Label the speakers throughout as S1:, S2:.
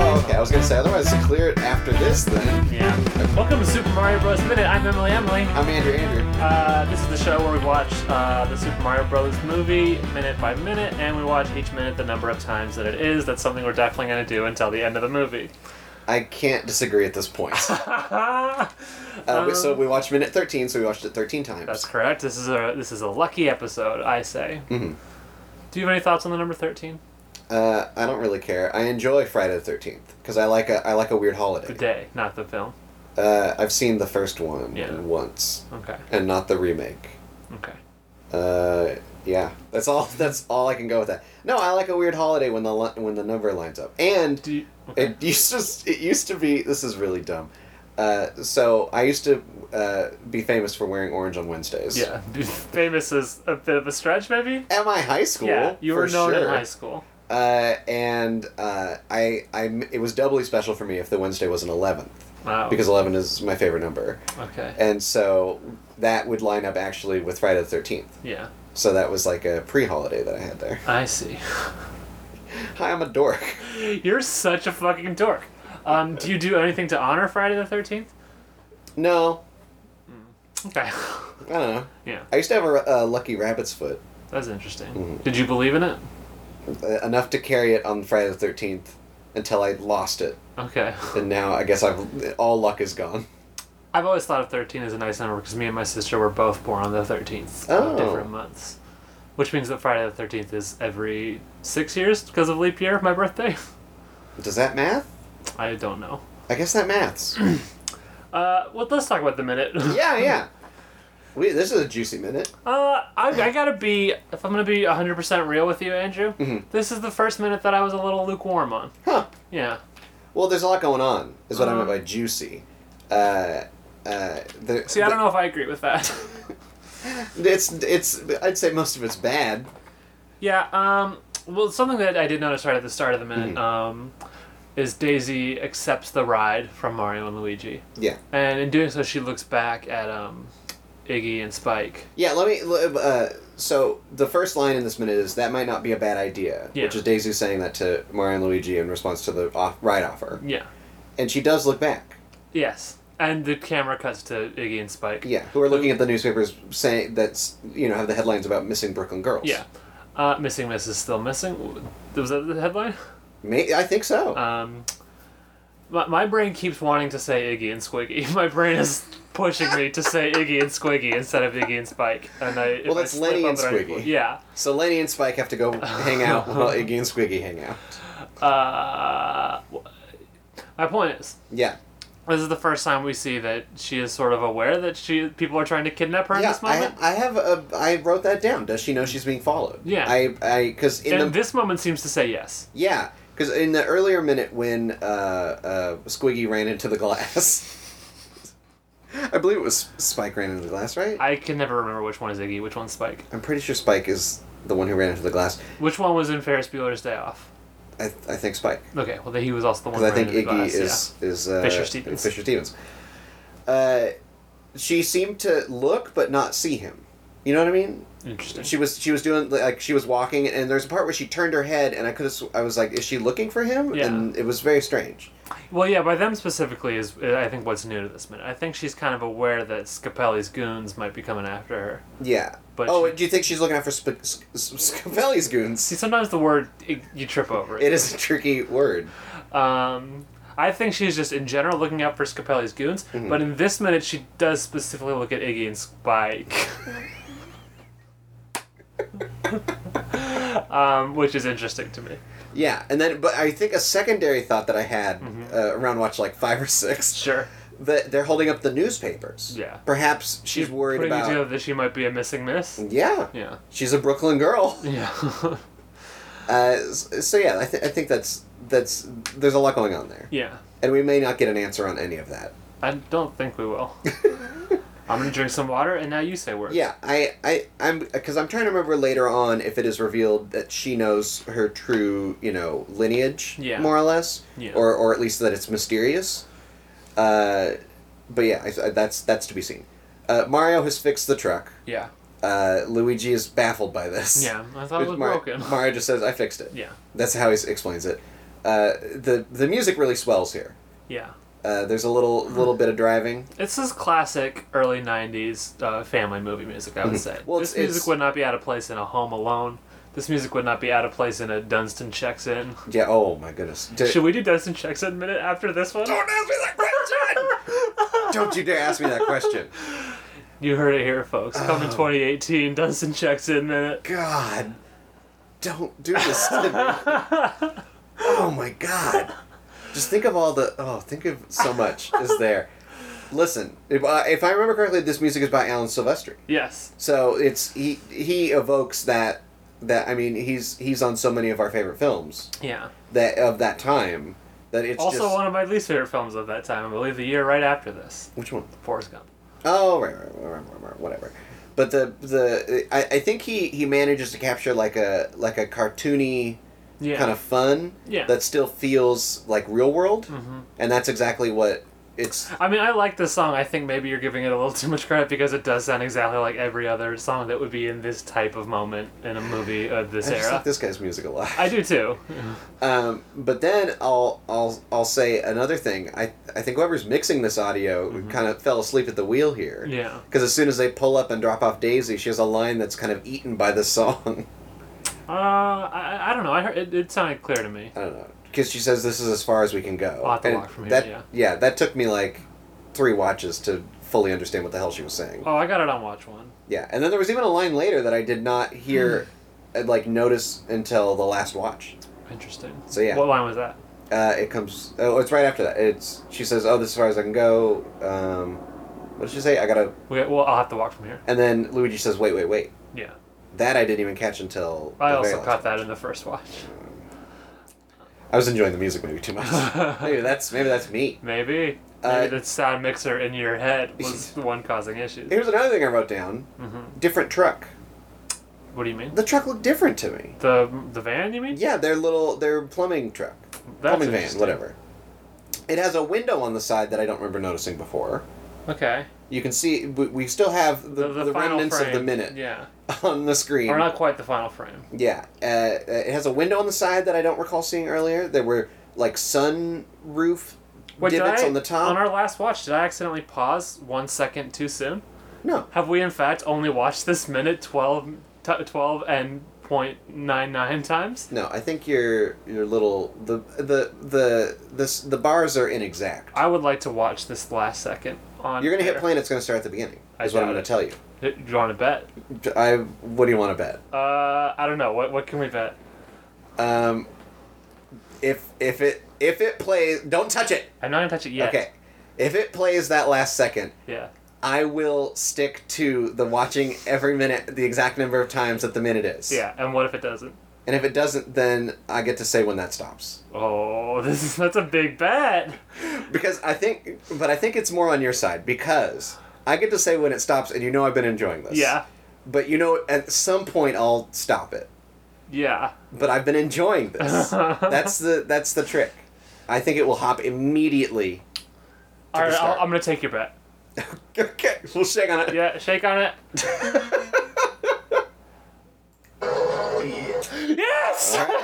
S1: Oh, I was gonna say otherwise it's clear it after this then.
S2: Yeah. Welcome to Super Mario Bros. Minute. I'm Emily Emily.
S1: I'm Andrew Andrew.
S2: Uh, this is the show where we watch uh, the Super Mario Brothers movie minute by minute, and we watch each minute the number of times that it is. That's something we're definitely going to do until the end of the movie.
S1: I can't disagree at this point. Uh, we-
S2: Um,
S1: so we watched minute 13, so we watched it 13 times.
S2: That's correct. This is a this is a lucky episode, I say.
S1: Mhm.
S2: Do you have any thoughts on the number thirteen?
S1: Uh, I don't really care. I enjoy Friday the 13th because I like a I like a weird
S2: The
S1: holiday.
S2: day, not the film.
S1: Uh, I've seen the first one
S2: Yeah.
S1: once
S2: Okay.
S1: and not the remake.
S2: Okay.
S1: Uh, yeah, that's all. That's all I can go with that. No, I like a weird holiday when the li- when the number lines up. And
S2: Do you, okay.
S1: it used to it used to be this is really dumb. Uh, so I used to uh, be famous for wearing orange on Wednesdays.
S2: yeah. Famous is a bit of a stretch, maybe.
S1: At my high school,
S2: yeah. You were
S1: for
S2: known in
S1: sure.
S2: high school.
S1: Uh, and uh, I, I, it was doubly special for me if the Wednesday was an eleventh.
S2: Wow.
S1: because 11 is my favorite number.
S2: okay.
S1: And so that would line up actually with Friday the 13th.
S2: Yeah.
S1: So that was like a pre holiday that I had there.
S2: I see.
S1: Hi, I'm a dork.
S2: You're such a fucking dork. Um, do you do anything to honor Friday the 13th?
S1: No,
S2: Okay.
S1: I don't know.
S2: yeah,
S1: I used to have a, a lucky rabbit's foot,
S2: that's interesting.
S1: Mm.
S2: Did you believe in it?
S1: uh, enough to carry it on Friday the 13th until I lost it.
S2: Okay.
S1: And now I guess I've all luck is gone.
S2: I've always thought of 13 as a nice number because me and my sister were both born on the 13th
S1: Oh.
S2: of different months. Which means that Friday the 13th is every six years because of leap year, my birthday.
S1: Does that math?
S2: I don't know.
S1: I guess that maths.
S2: Uh, well, let's talk about the minute.
S1: yeah, yeah. We, this is a juicy minute.
S2: Uh, I, I gotta be, if I'm gonna be 100% real with you, Andrew,
S1: Mhm.
S2: this is the first minute that I was a little lukewarm on.
S1: Huh.
S2: Yeah.
S1: Well, there's a lot going on, is what I meant
S2: Uh-huh.
S1: by juicy. Uh, uh, the,
S2: See, I don't know if I agree with that.
S1: It's it's. I'd say most of it's bad.
S2: yeah, um, well, something that I did notice right at the start of the minute
S1: Mm-hmm.
S2: um, is Daisy accepts the ride from Mario and Luigi.
S1: Yeah.
S2: And in doing so, she looks back at um, Iggy and Spike.
S1: Yeah. Let me. l- Uh, so the first line in this minute is that might not be a bad idea,
S2: Yeah.
S1: which is Daisy saying that to Mario and Luigi in response to the off, ride offer,
S2: Yeah.
S1: and she does look back.
S2: Yes. And the camera cuts to Iggy and Spike.
S1: Yeah. Who are looking at the newspapers saying that's you know have the headlines about missing Brooklyn girls.
S2: Yeah. Uh, missing Miss is still missing. Was that the headline?
S1: May, I think so.
S2: Um, my, my brain keeps wanting to say Iggy and Squiggy. My brain is pushing me to say Iggy and Squiggy instead of Iggy and Spike. And I if
S1: Well,
S2: I
S1: that's
S2: slip
S1: Lenny
S2: up
S1: and
S2: I-
S1: Squiggy.
S2: yeah.
S1: so Lenny and Spike have to go hang out while Iggy and Squiggy hang out.
S2: Uh, my point is,
S1: Yeah.
S2: this is the first time we see that she is sort of aware that she people are trying to kidnap her in
S1: yeah.
S2: this
S1: I,
S2: moment.
S1: I have a. I wrote that down. Does she know she's being followed?
S2: Yeah.
S1: I. I. Because in
S2: and
S1: the
S2: this moment seems to say yes.
S1: Yeah, because in the earlier minute when uh, uh, Squiggy ran into the glass, I believe it was Spike ran into the glass, right? I,
S2: I can never remember which one is Iggy, which one's Spike.
S1: am pretty sure Spike is the one who ran into the glass.
S2: Which one was in Ferris Bueller's Day Off?
S1: I, I think Spike,
S2: Okay, well, he was also the one.
S1: because I
S2: who
S1: think
S2: ran into
S1: Iggy
S2: the glass,
S1: is is uh,
S2: Fisher Stevens.
S1: Fisher Stevens. Uh, she seemed to look but not see him. You know what I mean?
S2: yeah. interesting.
S1: She was she was doing like she was walking, and there's a part where she turned her head, and I could have sw- I was like, is she looking for him?
S2: Yeah.
S1: And it was very strange.
S2: Well, yeah, by them specifically is uh, I think what's new to this minute. I think she's kind of aware that Scapelli's goons might be coming after her.
S1: Yeah.
S2: But
S1: oh,
S2: she-
S1: do you think she's looking out for Sp- Sc- Sc- Scavelli's
S2: See,
S1: goons?
S2: sometimes the word it, you trip over
S1: It
S2: it.
S1: is a tricky word.
S2: Um, I think she's just in general looking out for Scapelli's goons,
S1: Mm-hmm.
S2: but in this minute she does specifically look at Iggy and Spike. um, which is interesting to me.
S1: Yeah, and then but I think a secondary thought that I had
S2: Mm-hmm.
S1: uh, around watch like five or six
S2: Sure.
S1: that they're holding up the newspapers.
S2: Yeah.
S1: Perhaps she's worried
S2: Putting
S1: about.
S2: together that she might be a missing miss.
S1: Yeah,
S2: Yeah.
S1: she's a Brooklyn girl.
S2: Yeah.
S1: Uh, s- so yeah, I, th- I think that's that's there's a lot going on there,
S2: yeah.
S1: and we may not get an answer on any of that.
S2: I don't think we will. I'm gonna drink some water, and now you say words.
S1: Yeah, I, I, I'm, because I'm trying to remember later on if it is revealed that she knows her true, you know, lineage,
S2: Yeah.
S1: more or less,
S2: Yeah.
S1: or, or at least that it's mysterious. Uh, but yeah, I, I- that's that's to be seen. Uh, Mario has fixed the truck.
S2: Yeah.
S1: Uh, Luigi is baffled by this.
S2: Yeah. I thought it was
S1: Mario,
S2: broken.
S1: Mario just says, "I fixed it."
S2: yeah.
S1: That's how he s- explains it. uh, the the music really swells here.
S2: Yeah.
S1: Uh, there's a little little bit of driving.
S2: It's this classic early 90s uh, family movie music, I would say.
S1: Well,
S2: this
S1: it's-
S2: music
S1: it's-
S2: would not be out of place in a Home Alone. This music would not be out of place in a Dunstan Checks In.
S1: Yeah. Oh my goodness. D-
S2: Should we do Dunstan Checks In minute after this one?
S1: Don't ask me that question. Don't you dare ask me that question.
S2: You heard it here, folks.
S1: Oh.
S2: Coming 2018, Dunstan Checks In minute.
S1: God, don't do this to me. Oh my God. Just think of all the. Oh, think of so much is there. Listen, if I, if I remember correctly, this music is by Alan Silvestri.
S2: Yes.
S1: So it's he he evokes that that I mean he's he's on so many of our favorite films
S2: Yeah.
S1: that of that time that it's
S2: also,
S1: just
S2: one of my least favorite films of that time, I believe the year right after this
S1: which one
S2: Forrest Gump.
S1: Oh, right, right, right, right, right, right, whatever. But the the I, I think he he manages to capture like a like a cartoony
S2: Yeah.
S1: kind of fun
S2: Yeah.
S1: that still feels like real world,
S2: Mhm.
S1: and that's exactly what it's.
S2: I mean, I like this song. I think maybe you're giving it a little too much credit because it does sound exactly like every other song that would be in this type of moment in a movie of this
S1: I just
S2: era.
S1: like this guy's music a lot.
S2: I do too.
S1: Um, but then I'll I'll I'll say another thing. I I think whoever's mixing this audio kind of fell asleep at the wheel here.
S2: Mm-hmm. Yeah.
S1: Because as soon as they pull up and drop off Daisy, she has a line that's kind of eaten by the song.
S2: Uh, I, I don't know. I heard it, it sounded clear to me.
S1: I don't know because she says this is as far as we can go.
S2: I'll have to
S1: And
S2: walk from here,
S1: that-
S2: yeah.
S1: that took me like three watches to fully understand what the hell she was saying.
S2: Oh, I got it on watch one.
S1: Yeah, and then there was even a line later that I did not hear,
S2: Hmm.
S1: uh, like notice until the last watch.
S2: Interesting.
S1: So, yeah.
S2: What line was that?
S1: Uh, it comes. Oh, it's right after that. It's she says, "Oh, this is as far as I can go." Um, what did she say? I gotta.
S2: We, well, I'll have to walk from here.
S1: And then Luigi says, "Wait, wait, wait."
S2: Yeah.
S1: That I didn't even catch until.
S2: I
S1: the very
S2: also
S1: last
S2: caught
S1: one.
S2: that in the first watch.
S1: I was enjoying the music maybe too much. maybe that's maybe that's me.
S2: Maybe.
S1: Uh,
S2: Maybe the sound mixer in your head was the one causing issues.
S1: Here's another thing I wrote down.
S2: hmm
S1: Different truck.
S2: What do you mean?
S1: The truck looked different to me.
S2: The the van, you mean?
S1: Yeah, their little their plumbing truck,
S2: That's
S1: plumbing van,
S2: interesting.
S1: whatever. It has a window on the side that I don't remember noticing before.
S2: Okay.
S1: You can see we, we still have the, the,
S2: final
S1: remnants
S2: frame,
S1: of the minute
S2: Yeah.
S1: on the screen.
S2: Or not quite the final frame.
S1: Yeah, uh, it has a window on the side that I don't recall seeing earlier. There were like sun roof
S2: Wait, did
S1: divots
S2: I-
S1: on the top.
S2: On our last watch, did I accidentally pause one second too soon?
S1: no,
S2: Have we in fact only watched this minute 12, t- 12 and .99 times?
S1: no, I think your your little the the the this the bars are inexact.
S2: I would like to watch this last second on.
S1: You're gonna hit
S2: air.
S1: play and it's gonna start at the beginning.
S2: I
S1: Is what I'm
S2: doubt
S1: gonna
S2: it.
S1: tell you.
S2: Do you want to bet?
S1: I what do you want to bet?
S2: Uh, I don't know. What what can we bet?
S1: Um, if if it if it plays, don't touch it.
S2: I'm not gonna touch it yet.
S1: Okay. If it plays that last second,
S2: Yeah.
S1: I will stick to the watching every minute the exact number of times that the minute is.
S2: Yeah. And what if it doesn't?
S1: And if it doesn't, then I get to say when that stops.
S2: Oh, this is that's a big bet.
S1: Because I think, but I think it's more on your side because I get to say when it stops, and you know I've been enjoying this.
S2: Yeah.
S1: But you know, at some point I'll stop it.
S2: Yeah.
S1: But I've been enjoying this. that's the that's the trick. I think it will hop immediately
S2: All right.
S1: start.
S2: I'll, I'm gonna take your bet.
S1: Okay, we'll shake on it.
S2: Yeah. Shake on it. yes.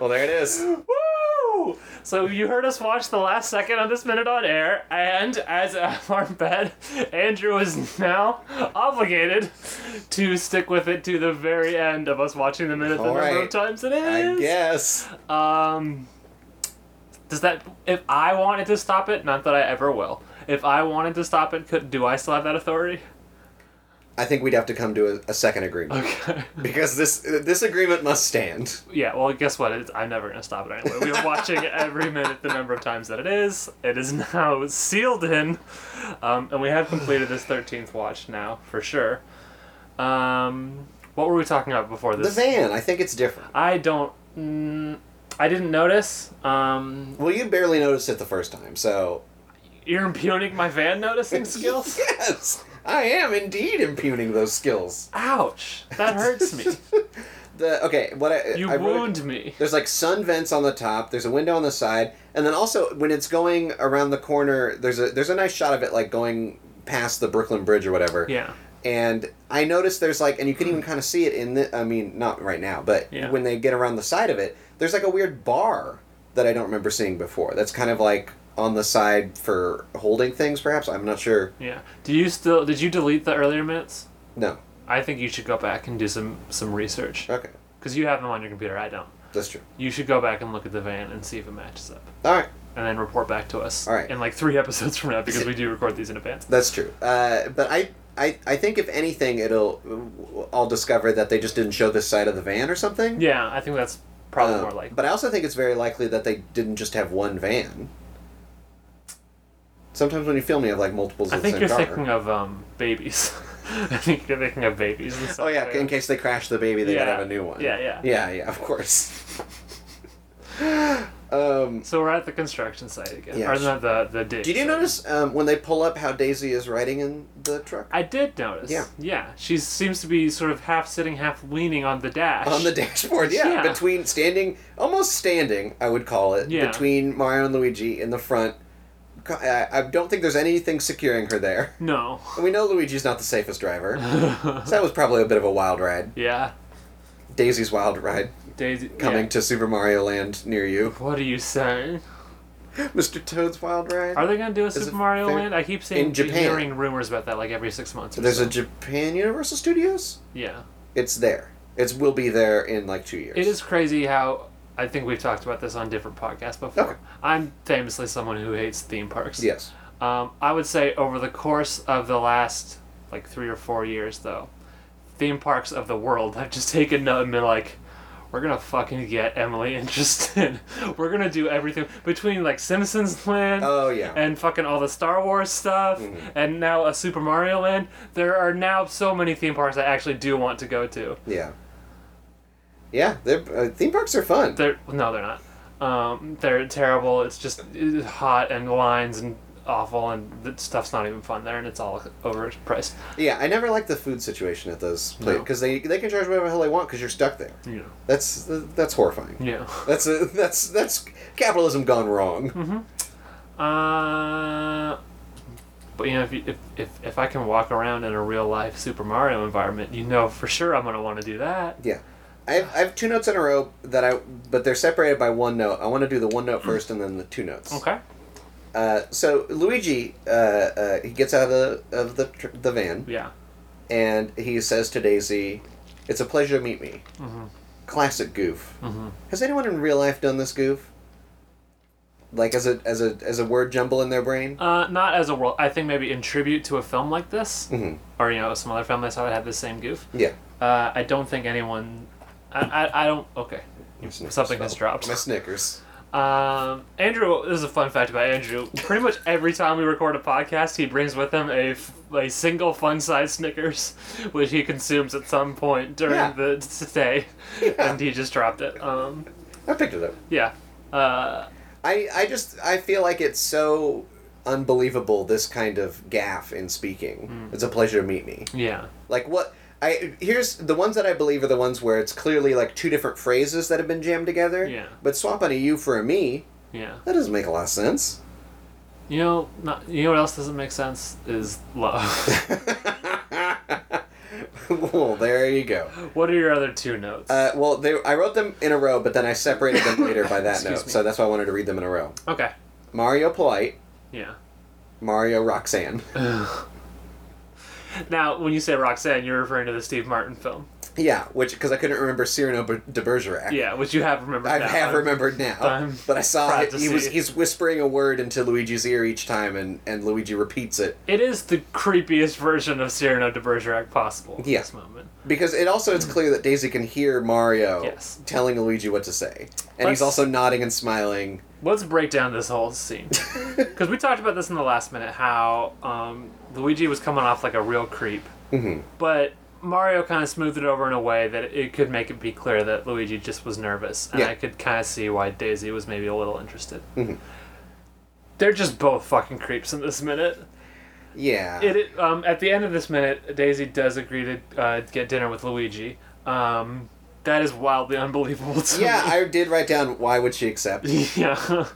S1: Well, there it is.
S2: Woo! So you heard us watch the last second of this minute on air, and as our bet, Andrew is now obligated to stick with it to the very end of us watching the minute the
S1: All
S2: number of
S1: right.
S2: times it is.
S1: I guess.
S2: Um, does that if I wanted to stop it? Not that I ever will. If I wanted to stop it, could do I still have that authority?
S1: I think we'd have to come to a, a second agreement
S2: Okay.
S1: because this this agreement must stand.
S2: Yeah, well, guess what? It's, I'm never going to stop it anyway. We are watching every minute the number of times that it is. It is now sealed in. Um, and we have completed this 13th watch now, for sure. Um, what were we talking about before
S1: The
S2: this?
S1: van, I think it's different.
S2: I don't. Mm, I didn't notice. Um,
S1: Well, you barely noticed it the first time, so
S2: you're impugning my van noticing skills?
S1: yes, I am indeed impugning those skills.
S2: Ouch. That hurts me.
S1: The okay, what I
S2: You
S1: I wrote-
S2: wound me.
S1: There's like sun vents on the top. There's a window on the side, and then also when it's going around the corner, there's a there's a nice shot of it like going past the Brooklyn Bridge or whatever.
S2: Yeah.
S1: and I noticed there's like, and you can even kind of see it in the. I mean, not right now, but
S2: Yeah.
S1: when they get around the side of it, there's like a weird bar that I don't remember seeing before. That's kind of like on the side for holding things, perhaps. I'm not sure.
S2: Yeah. Do you still? Did you delete the earlier minutes?
S1: No.
S2: I think you should go back and do some some research
S1: Okay.
S2: because you have them on your computer. I don't.
S1: That's true.
S2: You should go back and look at the van and see if it matches up,
S1: All right.
S2: and then report back to us
S1: All right.
S2: in like three episodes from now because we do record these in advance.
S1: That's true. Uh, but I, I, I think if anything, it'll I'll discover that they just didn't show this side of the van or something.
S2: Yeah, I think that's probably
S1: Uh,
S2: more likely.
S1: But I also think it's very likely that they didn't just have one van. Sometimes when you film, you have like multiples
S2: I
S1: of the
S2: think
S1: same
S2: you're
S1: car.
S2: thinking of um, babies. I think you're thinking of babies. and stuff
S1: oh yeah,
S2: like
S1: in
S2: that.
S1: case they crash the baby, they gotta
S2: Yeah.
S1: have a new one.
S2: Yeah, yeah.
S1: Yeah, yeah. Of course. um,
S2: So we're at the construction site again,
S1: Yeah,
S2: or
S1: sh-
S2: the the, the dig
S1: did you
S2: site.
S1: notice um, when they pull up how Daisy is riding in the truck
S2: I did notice.
S1: Yeah.
S2: Yeah. She seems to be sort of half sitting, half leaning on the dash.
S1: on the dashboard? Yeah,
S2: Yeah.
S1: between standing, almost standing, I would call it,
S2: Yeah.
S1: between Mario and Luigi in the front. Co- I I don't think there's anything securing her there.
S2: No.
S1: And we know Luigi's not the safest driver. so that was probably a bit of a wild ride.
S2: Yeah.
S1: Daisy's wild ride
S2: Daisy
S1: coming
S2: yeah.
S1: to Super Mario Land near you.
S2: What are you saying?
S1: Mr. Toad's wild ride.
S2: Are they gonna do a Super
S1: it
S2: Mario
S1: fair-
S2: Land? I keep seeing
S1: in Japan.
S2: hearing rumors about that like every six months. Or
S1: There's
S2: so.
S1: a Japan Universal Studios.
S2: yeah.
S1: It's there. It will be there in like two years.
S2: It is crazy how I think we've talked about this on different podcasts before.
S1: Okay.
S2: I'm famously someone who hates theme parks.
S1: Yes.
S2: Um, I would say over the course of the last like three or four years, though, theme parks of the world have just taken note and been like, "We're gonna fucking get Emily interested. We're gonna do everything between like Simpsons Land."
S1: Oh yeah. Mm-hmm.
S2: And fucking all the Star Wars stuff, and now a Super Mario Land. There are now so many theme parks I actually do want to go to.
S1: yeah. Yeah. They're, uh, theme parks are fun.
S2: They're no, they're not. Um, they're terrible. It's just it's hot and lines and awful, and the stuff's not even fun there, and it's all overpriced.
S1: yeah. I never liked the food situation at those
S2: No.
S1: because they they can charge whatever the hell they want because you're stuck there.
S2: You know.
S1: That's that's horrifying.
S2: Yeah.
S1: That's a, that's that's capitalism gone wrong.
S2: Uh, but you know, if, you, if if if I can walk around in a real life Super Mario environment, you know for sure I'm gonna want to do that.
S1: Yeah. I have, I have two notes in a row that I but they're separated by one note. I want to do the one note first and then the two notes.
S2: Okay.
S1: Uh, so Luigi uh, uh, he gets out of the of the tr- the van
S2: Yeah.
S1: and he says to Daisy, "It's a pleasure to meet me."
S2: Mhm.
S1: Classic goof.
S2: Mhm.
S1: Has anyone in real life done this goof? Like as a as a as a word jumble in their brain.
S2: Uh, not as a world. I think maybe in tribute to a film like this,
S1: hmm
S2: or you know, some other film I saw that had the same goof.
S1: Yeah.
S2: Uh, I don't think anyone. I, I, I don't. Okay. Something has dropped.
S1: My Snickers.
S2: Um, Andrew, this is a fun fact about Andrew. Pretty much every time we record a podcast, he brings with him a, f- a single fun size Snickers, which he consumes at some point during
S1: Yeah.
S2: the s- day,
S1: Yeah.
S2: and he just dropped it. Um,
S1: I picked it up.
S2: yeah. Uh,
S1: I, I just I feel like it's so unbelievable this kind of gaff in speaking.
S2: Mm.
S1: It's a pleasure to meet me.
S2: yeah.
S1: Like what I here's the ones that I believe are the ones where it's clearly like two different phrases that have been jammed together.
S2: Yeah.
S1: But swapping a you for a me,
S2: Yeah.
S1: that doesn't make a lot of sense.
S2: You know, not, you know what else doesn't make sense is love.
S1: well, there you go.
S2: what are your other two notes?
S1: Uh, well, they, I wrote them in a row, but then I separated them later by that
S2: Excuse
S1: note,
S2: me.
S1: so that's why I wanted to read them in a row.
S2: okay.
S1: Mario polite,
S2: Yeah.
S1: Mario Roxanne.
S2: Now, when you say Roxanne, you're referring to the Steve Martin film.
S1: Yeah, which because I couldn't remember Cyrano Ber- de Bergerac.
S2: Yeah, which you have remembered.
S1: I
S2: now.
S1: have remembered now,
S2: I'm
S1: but I saw
S2: proud
S1: it,
S2: to
S1: he
S2: see
S1: was
S2: it.
S1: he's whispering a word into Luigi's ear each time, and and Luigi repeats it
S2: It is the creepiest version of Cyrano de Bergerac possible at
S1: Yeah.
S2: this moment.
S1: because it also it's clear that Daisy can hear Mario
S2: Hmm. Yes.
S1: telling Luigi what to say, and
S2: Let's-
S1: he's also nodding and smiling.
S2: Let's break down this whole scene. Because we talked about this in the last minute how um, Luigi was coming off like a real creep.
S1: Mhm.
S2: But Mario kind of smoothed it over in a way that it could make it be clear that Luigi just was nervous. And
S1: Yeah.
S2: I could kind of see why Daisy was maybe a little interested.
S1: Mhm.
S2: They're just both fucking creeps in this minute.
S1: Yeah,
S2: It, it um, at the end of this minute, Daisy does agree to uh, get dinner with Luigi. Um, That is wildly unbelievable to
S1: Yeah,
S2: me.
S1: I did write down why would she accept?
S2: yeah.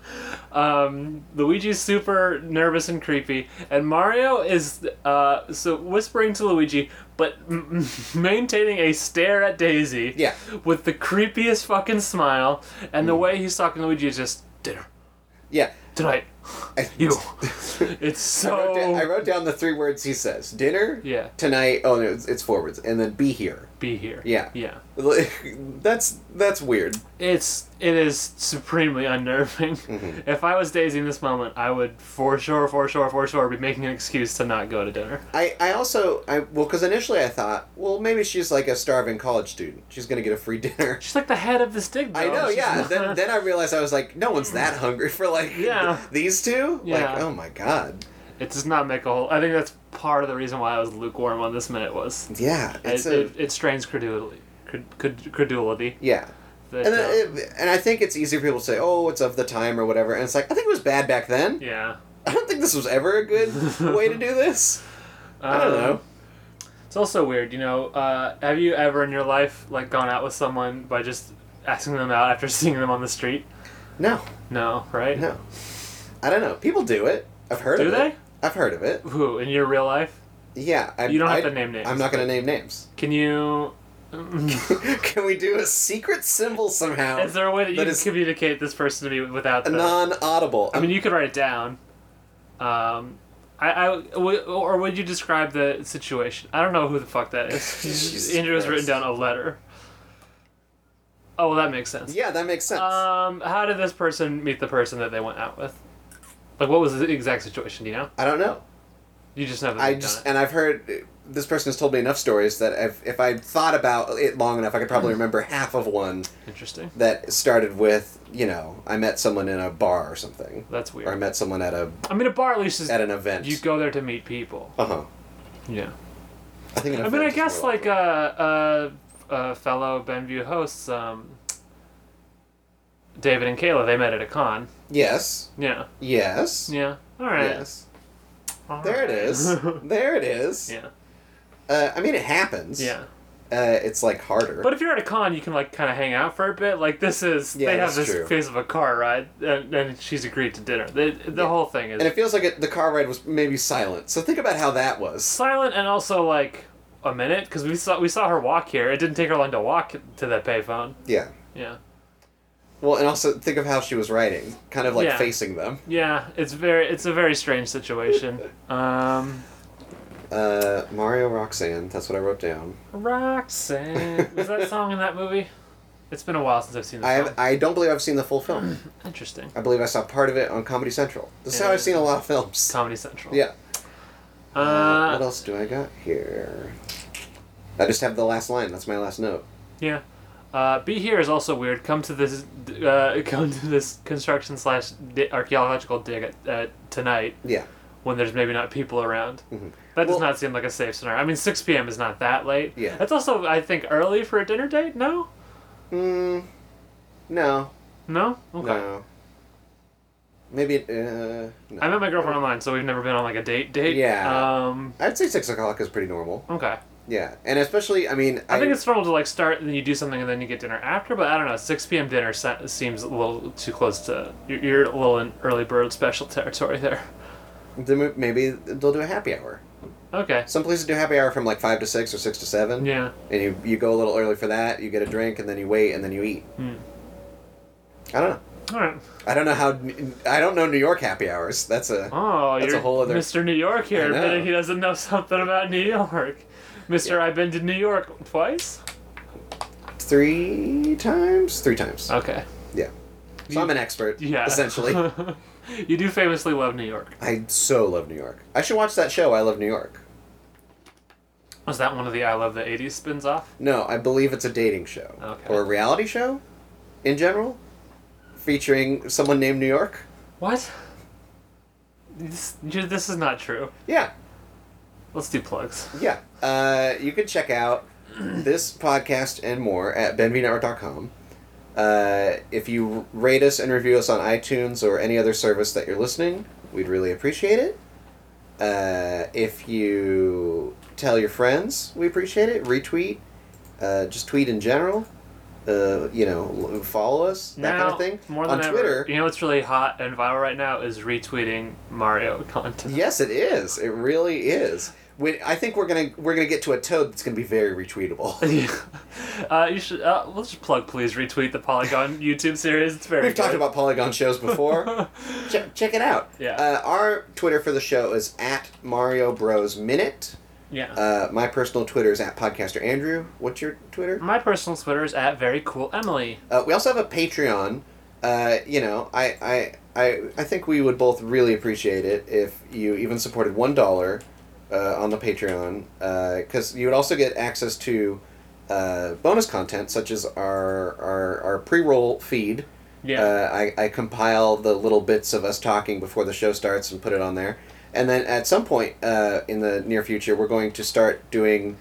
S2: Um, Luigi's super nervous and creepy, and Mario is uh, so whispering to Luigi, but m- m- maintaining a stare at Daisy.
S1: Yeah. Mm.
S2: With the creepiest fucking smile, and the way he's talking to Luigi is just dinner
S1: Yeah.
S2: tonight.
S1: I-
S2: You. it's so.
S1: I wrote, down, I wrote down the three words he says: dinner,
S2: Yeah.
S1: tonight. Oh no, it's, it's forwards, and then be here.
S2: Be here.
S1: Yeah.
S2: Yeah.
S1: Like, that's that's weird.
S2: It's it is supremely unnerving.
S1: Mm-hmm.
S2: If I was Daisy in this moment, I would for sure, for sure, for sure be making an excuse to not go to dinner.
S1: I, I also I well because initially I thought well maybe she's like a starving college student she's gonna get a free dinner.
S2: She's like the head of this dig. Though.
S1: I know,
S2: She's
S1: yeah.
S2: not-
S1: then, then I realized I was like, no one's that hungry for like
S2: Yeah.
S1: these two.
S2: Yeah.
S1: Like, oh my god.
S2: it does not make a whole. I think that's part of the reason why I was lukewarm on this minute was
S1: Yeah, it's
S2: it,
S1: a
S2: it, it strains credulity. Cred, cred, credulity.
S1: yeah.
S2: That,
S1: And,
S2: uh,
S1: then it, and I think it's easy for people to say, "Oh, it's of the time" or whatever, and it's like I think it was bad back then.
S2: yeah.
S1: I don't think this was ever a good way to do this. I don't
S2: Um,
S1: know.
S2: It's also weird, you know. Uh, have you ever in your life like gone out with someone by just asking them out after seeing them on the street?
S1: No,
S2: No, right?
S1: no, I don't know. People do it. I've heard
S2: Do
S1: of
S2: they?
S1: it. I've heard of it.
S2: Who in your real life?
S1: Yeah, I,
S2: You don't have
S1: I-
S2: to name names,
S1: I'm not going to name names.
S2: Can you?
S1: Can we do a secret symbol somehow?
S2: Is there a way that you
S1: That
S2: can
S1: is-
S2: communicate this person to me without? The,
S1: non-audible?
S2: I mean, you could write it down. Um, I, I w- or would you describe the situation? I don't know who the fuck that is.
S1: Jesus
S2: Andrew has written
S1: Christ.
S2: down a letter. Oh, well, that makes sense.
S1: yeah, that makes sense.
S2: Um, how did this person meet the person that they went out with? Like, what was the exact situation? Do you know?
S1: I don't know.
S2: You just know that
S1: I
S2: they've
S1: just
S2: done
S1: and I've heard this person has told me enough stories that if if I thought about it long enough, I could
S2: Hmm.
S1: probably remember half of one
S2: it. Interesting.
S1: that started with you know I met someone in a bar or something,
S2: That's
S1: or I
S2: weird.
S1: met someone at a
S2: I mean, a bar at least is
S1: at an event.
S2: you go there to meet people.
S1: uh huh.
S2: Yeah.
S1: I think. An
S2: I mean,
S1: event
S2: I
S1: is
S2: guess
S1: more
S2: like uh,
S1: likely.
S2: uh, uh, fellow Benview hosts, um, David and Kayla, they met at a con.
S1: yes,
S2: Yeah,
S1: yes,
S2: yeah. All right.
S1: yes.
S2: All
S1: There it
S2: right.
S1: is. there it is.
S2: yeah,
S1: Uh, I mean, it happens.
S2: yeah.
S1: Uh, it's like harder.
S2: But if you're at a con, you can like kind of hang out for a bit. Like this is
S1: Yeah,
S2: they have
S1: that's
S2: this
S1: true.
S2: phase of a car ride, and, and she's agreed to dinner. The, the
S1: Yeah.
S2: whole thing is
S1: and it feels like it, the car ride was maybe silent. So think about how that was.
S2: silent and also like a minute because we saw we saw her walk here. It didn't take her long to walk to that payphone.
S1: Yeah.
S2: Yeah.
S1: Well, and also think of how she was riding, kind of like
S2: Yeah.
S1: facing them.
S2: Yeah, it's very it's a very strange situation. Um
S1: Uh, Mario Roxanne. That's what I wrote down.
S2: Roxanne. Was that song in that movie? It's been a while since I've seen that
S1: I
S2: song.
S1: have, I don't believe I've seen the full film.
S2: Interesting.
S1: I believe I saw part of it on Comedy Central. This is how
S2: Yeah.
S1: I've seen a lot of films.
S2: Comedy Central.
S1: Yeah. what
S2: Uh,
S1: else do I got here? I just have the last line. That's my last note.
S2: yeah. Uh, Be here is also weird. Come to this, uh, come to this construction slash di- archaeological dig at, at tonight
S1: Yeah.
S2: when there's maybe not people around. That does
S1: Mm-hmm. Well-
S2: not seem like a safe scenario. I mean, six p.m. is not that late.
S1: Yeah.
S2: That's also, I think, early for a dinner date. No.
S1: Mm, no.
S2: No. Okay.
S1: No. Maybe. Uh, no.
S2: I met my girlfriend online, so we've never been on like a date date.
S1: Yeah.
S2: Um.
S1: I'd say six o'clock is pretty normal.
S2: Okay.
S1: Yeah, and especially, I mean,
S2: I, think it's normal to like start and then you do something and then you get dinner after, but I don't know. 6 p.m. dinner se- seems a little too close to. You're, you're a little in early bird special territory there.
S1: the mo- maybe they'll do a happy hour.
S2: Okay.
S1: Some places do happy hour from like five to six or six to seven.
S2: Yeah.
S1: and you, you go a little early for that. You get a drink, and then you wait, and then you eat.
S2: Hmm.
S1: I don't know.
S2: All right.
S1: I don't know how. I don't know New York happy hours. That's a
S2: Oh,
S1: That's a
S2: you're
S1: whole other-
S2: Mr. New York here,
S1: I know.
S2: admitting he doesn't know something about New York. Mr. I've been to New York twice?
S1: three times. Three times.
S2: Okay.
S1: yeah. So I'm an expert.
S2: Uh, Yeah.
S1: Essentially,
S2: you do famously love New York.
S1: I so love New York. I should watch that show. I love New York.
S2: Was that one of the I Love the 80s spins off?
S1: No, I believe it's a dating show
S2: Okay.
S1: or a reality show, in general, featuring someone named New York.
S2: What? This, you- this is not true.
S1: Yeah.
S2: Let's do plugs.
S1: Yeah. Uh, you can check out this podcast and more at benvnetwork.com. Uh, if you rate us and review us on iTunes or any other service that you're listening, we'd really appreciate it. Uh, if you tell your friends, we appreciate it. Retweet, uh, just tweet in general. uh, you know, l- follow us, that
S2: now,
S1: kind of thing.
S2: more
S1: on
S2: than ever,
S1: Twitter,
S2: you know what's really hot and viral right now is retweeting Mario content.
S1: yes, it is. It really is. We, I think we're gonna we're gonna get to a toad that's gonna be very retweetable.
S2: uh, you should. Uh, let's just plug. Please retweet the Polygon YouTube series. It's very.
S1: We've talked
S2: good.
S1: about Polygon shows before. check, check it out.
S2: Yeah.
S1: Uh, our Twitter for the show is at Mario Bros Minute.
S2: yeah.
S1: Uh, my personal Twitter is at Podcaster Andrew. What's your Twitter?
S2: My personal Twitter is at very cool Emily.
S1: Uh, we also have a Patreon. Uh, you know, I, I, I, I think we would both really appreciate it if you even supported one dollar uh, on the Patreon, because you would also get access to uh, bonus content such as our our, our pre roll feed.
S2: Yeah.
S1: Uh, I, I compile the little bits of us talking before the show starts and put it on there. And then at some point uh, in the near future, we're going to start doing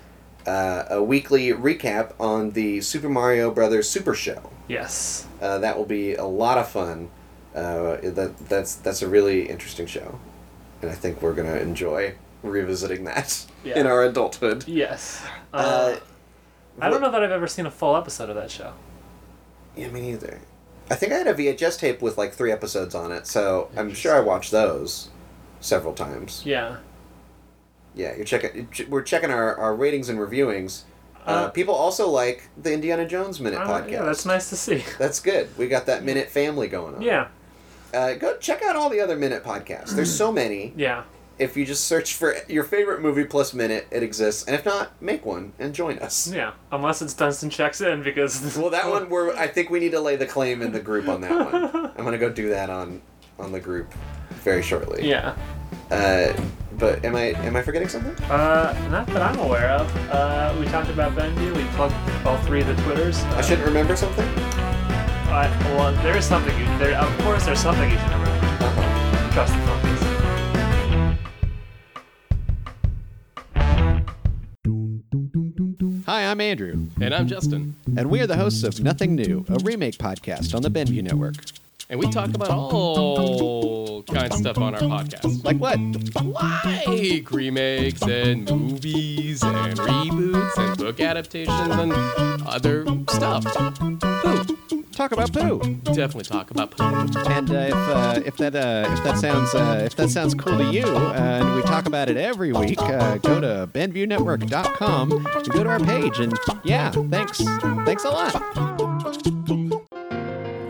S1: uh, a weekly recap on the Super Mario Brothers Super Show.
S2: yes.
S1: Uh, that will be a lot of fun. Uh, that that's that's a really interesting show, and I think we're gonna enjoy revisiting that
S2: Yeah.
S1: in our adulthood.
S2: Yes. Uh,
S1: Uh,
S2: I don't know that I've ever seen a full episode of that show.
S1: Yeah, me neither. I think I had a VHS tape with like three episodes on it, so I'm sure I watched those several times.
S2: Yeah.
S1: Yeah, you're checking. We're checking our, our ratings and reviewings. Uh,
S2: Uh,
S1: people also like the Indiana Jones minute
S2: Uh,
S1: podcast.
S2: yeah, that's nice to see.
S1: That's good. We got that minute family going on.
S2: Yeah.
S1: Uh, go check out all the other minute podcasts. There's so many.
S2: Yeah.
S1: If you just search for your favorite movie plus minute, it exists. And if not, make one and join us.
S2: Yeah. Unless it's Dunstan checks in because.
S1: Well, that one we're I think we need to lay the claim in the group on that one. I'm gonna go do that on on the group very shortly.
S2: Yeah.
S1: Uh, but am I am I forgetting something?
S2: Uh, not that I'm aware of. Uh, we talked about Bendy. We plugged all three of the Twitters.
S1: I
S2: Uh,
S1: shouldn't remember something.
S2: I, well, there is something you. There, of course, there's something you should remember.
S1: Uh-huh.
S2: Trust the companies.
S1: Hi, I'm Andrew,
S3: And I'm Justin.
S1: and we are the hosts of Nothing New, a remake podcast on the Benview Network.
S3: And we talk about all kinds of stuff on our podcast.
S1: Like what?
S3: Like remakes and movies and reboots and book adaptations and other stuff. Poo.
S1: Talk about poo.
S3: Definitely talk about poo.
S1: And uh, if, uh, if that uh, if that sounds uh, if that sounds cool to you, uh, and we talk about it every week, uh, go to BenviewNetwork.com and go to our page. And yeah, thanks, thanks a lot.